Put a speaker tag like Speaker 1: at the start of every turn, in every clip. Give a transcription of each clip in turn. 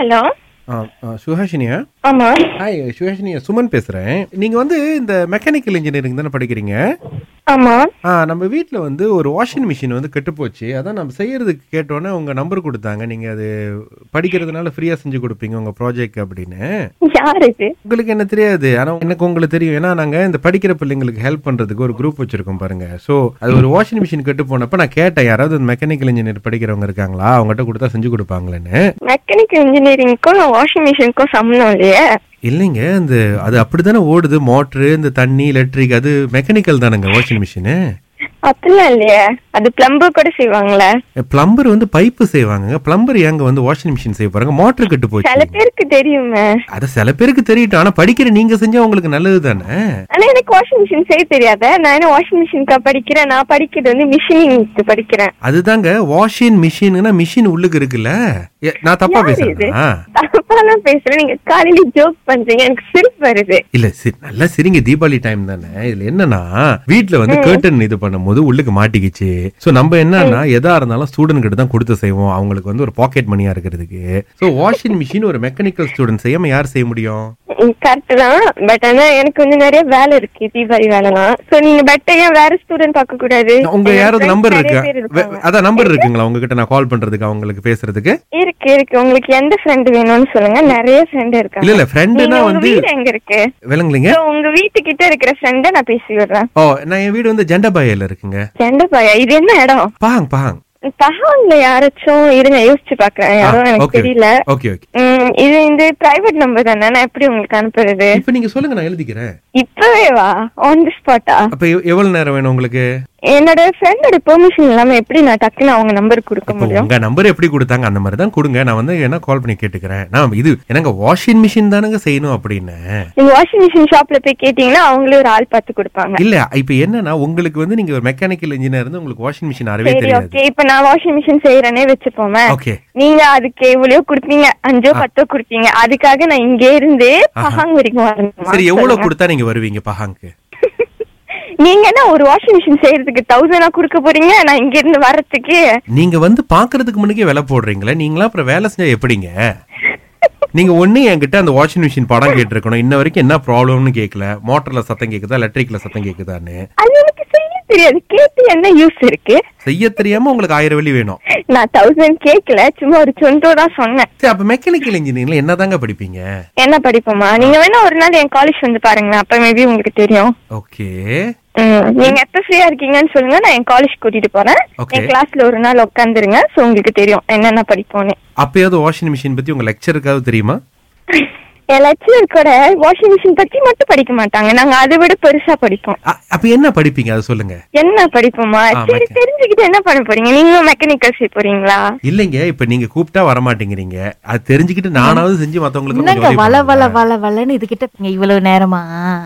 Speaker 1: Hello
Speaker 2: ஆ, ஆ, சுஹாஷினியா
Speaker 1: ஆமா
Speaker 2: ஹாய் சுஹாஷினியா சுமன் பேசுகிறேன் நீங்கள் வந்து இந்த மெக்கானிக்கல் இன்ஜினியரிங் தானே படிக்கிறீங்க
Speaker 1: ஆமா
Speaker 2: ஆ நம்ம வீட்டில் வந்து ஒரு வாஷிங் மிஷின் வந்து கெட்டுப்போச்சு அதான் நம்ம செய்யறதுக்கு கேட்டோன்னே உங்கள் நம்பர் கொடுத்தாங்க நீங்கள் அது படிக்கிறதுனால ஃப்ரீயாக செஞ்சு கொடுப்பீங்க உங்கள் ப்ராஜெக்ட் அப்படின்னு
Speaker 1: யார் இது
Speaker 2: உங்களுக்கு என்ன தெரியாது ஆனா எனக்கு உங்களுக்கு தெரியும் ஏன்னா நாங்க இந்த படிக்கிற பிள்ளைங்களுக்கு ஹெல்ப் பண்றதுக்கு ஒரு குரூப் வச்சிருக்கோம் பாருங்க சோ அது ஒரு வாஷிங் மிஷின் கெட்டு போனப்ப நான் கேட்டேன் யாராவது மெக்கானிக்கல் இன்ஜினியர் படிக்கிறவங்க இருக்காங்களா அவங்ககிட்ட கொடுத்தா செஞ்சு கொடுப்பாங்களேன்னு
Speaker 1: மெக்கானிக்கல் இன்ஜினியரிங்க்கும் வாஷிங் மிஷினுக்கும் சம்மந்தம் இல்லையே
Speaker 2: இல்லைங்க இந்த அது அப்படிதானே ஓடுது மோட்ரு இந்த தண்ணி எலக்ட்ரிக் அது மெக்கானிக்கல் தானேங்க வாஷிங் மிஷினு
Speaker 1: அப்படிலாம் இல்லையே அது பிளம்பர் கூட செய்வாங்களே
Speaker 2: பிளம்பர் வந்து பைப்பு செய்வாங்க பிளம்பர் ஏங்க வந்து வாஷிங் மிஷின் செய்ய போறாங்க மோட்டர் கெட்டு
Speaker 1: சில
Speaker 2: போச்சு
Speaker 1: பேருக்கு தெரியுமே
Speaker 2: அது சில பேருக்கு தெரியட்டும் ஆனா படிக்கிற நீங்க செஞ்சா உங்களுக்கு நல்லது தானே
Speaker 1: ஆனா எனக்கு வாஷிங் மிஷின் செய்ய தெரியாத நான் என்ன வாஷிங் மிஷினுக்கா படிக்கிறேன் நான் படிக்கிறது வந்து மிஷினிங்க்கு படிக்கிறேன்
Speaker 2: அதுதாங்க வாஷிங் மிஷின்னா மிஷின் உள்ளுக்கு இருக்குல்ல ஏ, நான் தப்பா
Speaker 1: யார் இது
Speaker 2: பேசுறேனா
Speaker 1: தப்பாலாம் பேசுறேன் நீங்க காலையில ஜோக் பண்றீங்க எனக்கு சிரிப்பு வருது
Speaker 2: இல்ல சரி நல்லா சரிங்க தீபாவளி டைம் தானே இதுல என்னன்னா வீட்ல வந்து கேர்டன் இது பண்ணும்போது உள்ளுக்கு மாட்டிக்கிச்சு சோ நம்ம என்னன்னா எதா இருந்தாலும் ஸ்டூடெண்ட் கிட்ட தான் கொடுத்து செய்வோம் அவங்களுக்கு வந்து ஒரு பாக்கெட் மணியா இருக்கிறதுக்கு சோ வாஷிங் மிஷின் ஒரு மெக்கானிக்கல் ஸ்டூடெண்ட் செய்யாம யார் செய்ய முடியும்
Speaker 1: கரெக்ட் தான் பட் ஆனா எனக்கு வந்து நிறைய வேலை இருக்கு தீபாவளி வேலைலாம் சோ நீங்க பெட்டர் ஏன் வேற ஸ்டூடெண்ட் பார்க்க கூடாது
Speaker 2: உங்க
Speaker 1: என்
Speaker 2: யாராவது
Speaker 1: friends
Speaker 2: நம்பர்
Speaker 1: நிறைய
Speaker 2: இருக்கு
Speaker 1: பேர்
Speaker 2: வே-
Speaker 1: இருக்காங்க.
Speaker 2: அதான் நம்பர் இருக்குங்களா உங்ககிட்ட நான் கால் பண்றதுக்கு அவங்களுக்கு பேசுறதுக்கு
Speaker 1: இருக்கு இருக்கு உங்களுக்கு எந்த ஃப்ரெண்ட் வேணும்னு சொல்லுங்க நிறைய ஃப்ரெண்ட்
Speaker 2: இல்ல
Speaker 1: இருக்காங்க
Speaker 2: இல்ல
Speaker 1: நீங்க
Speaker 2: ஃப்ரெண்டுனா
Speaker 1: உங்க
Speaker 2: வந்து
Speaker 1: வீடு எங்க இருக்கு
Speaker 2: விளங்குலீங்க
Speaker 1: So, உங்க வீட்டு கிட்ட இருக்கிற ஃப்ரெண்ட நான் பேசி விடுறேன்
Speaker 2: ஓ நான் என் வீடு வந்து ஜெண்டபாயில இருக்குங்க
Speaker 1: செண்ட பாயா இது என்ன இடம்
Speaker 2: பாங் பாங்
Speaker 1: தகவல்ல யாராச்சும் இருங்க யோசிச்சு பாக்குறேன் யாரும் எனக்கு
Speaker 2: okay.
Speaker 1: தெரியல
Speaker 2: ஓகே ஓகே
Speaker 1: ம், இது இந்த பிரைவேட் நம்பர் தானே நான் எப்படி உங்களுக்கு அனுப்புறது
Speaker 2: இப்ப நீங்க சொல்லுங்க நான் எழுதிக்கிறேன்
Speaker 1: இப்பவே வா ஆன் தி ஸ்பாட்டா
Speaker 2: அப்ப எவ்- எவ்வளவு நேரம் வேணும் உங்களுக்கு
Speaker 1: என்னோட ஃப்ரெண்டோட பெர்மிஷன் இல்லாம எப்படி நான் டக்குன்னு அவங்க நம்பர் கொடுக்க
Speaker 2: இப்ப
Speaker 1: முடியும்
Speaker 2: உங்க நம்பர் எப்படி கொடுத்தாங்க அந்த மாதிரி தான் கொடுங்க நான் வந்து என்ன கால் பண்ணி கேட்டுக்கிறேன் நான் இது எனக்கு வாஷிங் மிஷின் தானங்க செய்யணும் அப்படின்னு
Speaker 1: நீங்க வாஷிங் மிஷின் ஷாப்ல போய் கேட்டீங்கன்னா அவங்களே ஒரு ஆள் பார்த்து கொடுப்பாங்க
Speaker 2: இல்ல இப்ப என்னன்னா உங்களுக்கு வந்து நீங்க ஒரு மெக்கானிக்கல் இன்ஜினியர் இருந்து உங்களுக்கு வாஷிங் மிஷின் அறவே
Speaker 1: சரி
Speaker 2: தெரியாது
Speaker 1: ஓகே இப்ப நான் வாஷிங் மிஷின் செய்யறேனே வச்சுப்போமே
Speaker 2: ஓகே
Speaker 1: நீங்க அதுக்கு எவ்வளவு கொடுப்பீங்க அஞ்சோ பத்தோ கொடுப்பீங்க அதுக்காக நான் இங்க இருந்து
Speaker 2: ஆஹா.
Speaker 1: பஹாங் வரைக்கும் வரணுமா
Speaker 2: சரி எவ்வளவு
Speaker 1: சொல்லுங்க.
Speaker 2: கொடுத்தா நீங்க வருவீங்க பஹாங்க்கு
Speaker 1: நீங்க என்ன ஒரு வாஷிங் மிஷின் செய்யறதுக்கு தௌசண்டா கொடுக்க போறீங்க நான் இங்க இருந்து வர்றதுக்கு
Speaker 2: நீங்க வந்து பாக்குறதுக்கு முன்னக்கே விலை போடுறீங்களே நீங்களா அப்புறம் வேலை செஞ்சா எப்படிங்க நீங்க ஒண்ணு என்கிட்ட அந்த வாஷிங் மிஷின் படம் கேட்டிருக்கணும் இன்ன வரைக்கும் என்ன ப்ராப்ளம்னு கேட்கல மோட்டர்ல சத்தம் கேக்குதா எலக்ட்ரிக்ல சத்தம் கேக்குதான்னு
Speaker 1: அது எனக்கு செய்ய தெரியாது கேட்டு என்ன யூஸ் இருக்கு
Speaker 2: செய்ய தெரியாம உங்களுக்கு ஆயிரம் வழி வேணும்
Speaker 1: நான் தௌசண்ட் கேட்கல சும்மா ஒரு சொந்தோ தான் சொன்னேன்
Speaker 2: சரி அப்ப மெக்கானிக்கல் இன்ஜினியரிங்ல என்னதாங்க படிப்பீங்க
Speaker 1: என்ன படிப்போமா நீங்க வேணா ஒரு நாள் என் காலேஜ் வந்து பாருங்களேன் அப்ப மேபி உங்களுக்கு தெரியும்
Speaker 2: ஓகே
Speaker 1: ம், நீங்க எப்ப ஃப்ரீயா இருக்கீங்கன்னு சொல்லுங்க நான் என் காலேஜ் கூட்டிட்டு போறேன்
Speaker 2: Okay.
Speaker 1: என் கிளாஸ்ல ஒரு நாள் உட்காந்துருங்க சோ உங்களுக்கு தெரியும் என்னென்ன படிப்போம்னு
Speaker 2: அப்பயாவது வாஷிங் மிஷின் பத்தி உங்க லெக்சருக்காவது தெரியுமா
Speaker 1: என் லட்சியம் கூட வாஷிங் மிஷின் பத்தி மட்டும் படிக்க மாட்டாங்க நாங்க அதை விட பெருசா படிப்போம்
Speaker 2: அ- அப்ப என்ன படிப்பீங்க அதை சொல்லுங்க
Speaker 1: என்ன படிப்போமா
Speaker 2: ஆ,
Speaker 1: சரி
Speaker 2: mechanic.
Speaker 1: தெரிஞ்சுக்கிட்டு என்ன பண்ண போறீங்க நீங்களும் மெக்கானிக்கல் செய்ய போறீங்களா
Speaker 2: இல்லைங்க இப்ப நீங்க கூப்பிட்டா வரமாட்டேங்கிறீங்க அது தெரிஞ்சுக்கிட்டு நானாவது செஞ்சு மத்தவங்களுக்கு கொஞ்சம்
Speaker 3: என்னங்க
Speaker 2: உதவி
Speaker 3: வள வள
Speaker 2: பண்ணுவேன்.
Speaker 3: வள வளன்னு இதுகிட்ட நீங்க இவ்வளவு நேரமா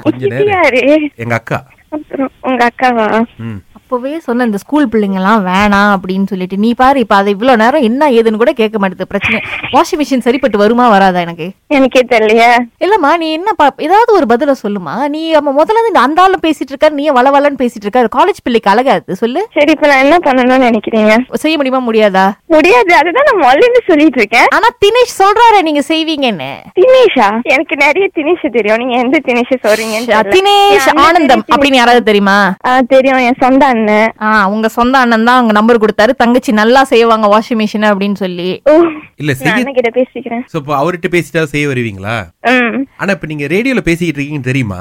Speaker 2: கொஞ்ச
Speaker 1: இது
Speaker 2: நேரம்
Speaker 1: யாரு
Speaker 2: எங்க அக்கா
Speaker 1: அப்புறம் உங்க அக்காவா
Speaker 2: ம்
Speaker 3: அப்பவே சொன்ன இந்த ஸ்கூல் பிள்ளைங்க எல்லாம் வேணாம் அப்படின்னு சொல்லிட்டு நீ பாரு இப்ப அது இவ்வளவு நேரம் என்ன ஏதுன்னு கூட கேட்க மாட்டேது பிரச்சனை வாஷிங் மிஷின் சரிப்பட்டு வருமா வராதா எனக்கு
Speaker 1: எனக்கே தெரியலையே
Speaker 3: இல்லம்மா நீ என்ன பா- ஏதாவது ஒரு பதில சொல்லுமா நீ நம்ம முதல்ல இருந்து அந்த ஆளும் பேசிட்டு இருக்க நீ வள வளன்னு பேசிட்டு இருக்க காலேஜ் பிள்ளைக்கு அழகாது சொல்லு
Speaker 1: சரி இப்ப நான் என்ன பண்ணணும்னு நினைக்கிறீங்க
Speaker 3: செய்ய முடியுமா முடியாதா
Speaker 1: முடியாது அதுதான் நான் முதல்ல சொல்லிட்டு இருக்கேன்
Speaker 3: ஆனா தினேஷ் சொல்றாரு நீங்க செய்வீங்கன்னு
Speaker 1: தினேஷா எனக்கு நிறைய தினேஷ் தெரியும் நீங்க எந்த தினேஷ் சொல்றீங்கன்னு தெரியல.
Speaker 3: தினேஷ்
Speaker 1: என் அண்ணன்
Speaker 3: ஆனந்தம்
Speaker 1: பெரிய தினேஷ்.
Speaker 3: அப்படின்னு யாராவது தெரியுமா
Speaker 1: ஆ, தெரியும் என் சொந்த அண்ணன்
Speaker 3: ஆ உங்க சொந்த அண்ணன் தான் அவங்க நம்பர் கொடுத்தாரு தங்கச்சி நல்லா செய்வாங்க வாஷிங் மிஷின் அப்படின்னு சொல்லி
Speaker 1: ஓ
Speaker 2: இல்ல
Speaker 1: நான்
Speaker 2: செய்ய
Speaker 1: அண்ணன் கிட்ட பேசிக்கிறேன்
Speaker 2: சோ இப்போ அவர்கிட்ட பேசிட்டா செய்ய வருவீங்களா
Speaker 1: ம்
Speaker 2: ஆனா இப்ப நீங்க ரேடியோல பேசிக்கிட்டு இருக்கீங்கன்னு தெரியுமா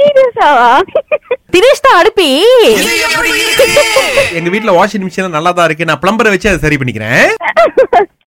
Speaker 1: சீரியஸாவா
Speaker 3: தினேஷ் தான் அனுப்பி
Speaker 2: எங்க வீட்ல வாஷிங் மிஷின் நல்லா தான் இருக்கு நான் பிளம்பரை வச்சு அதை சரி பண்ணிக்கிறேன்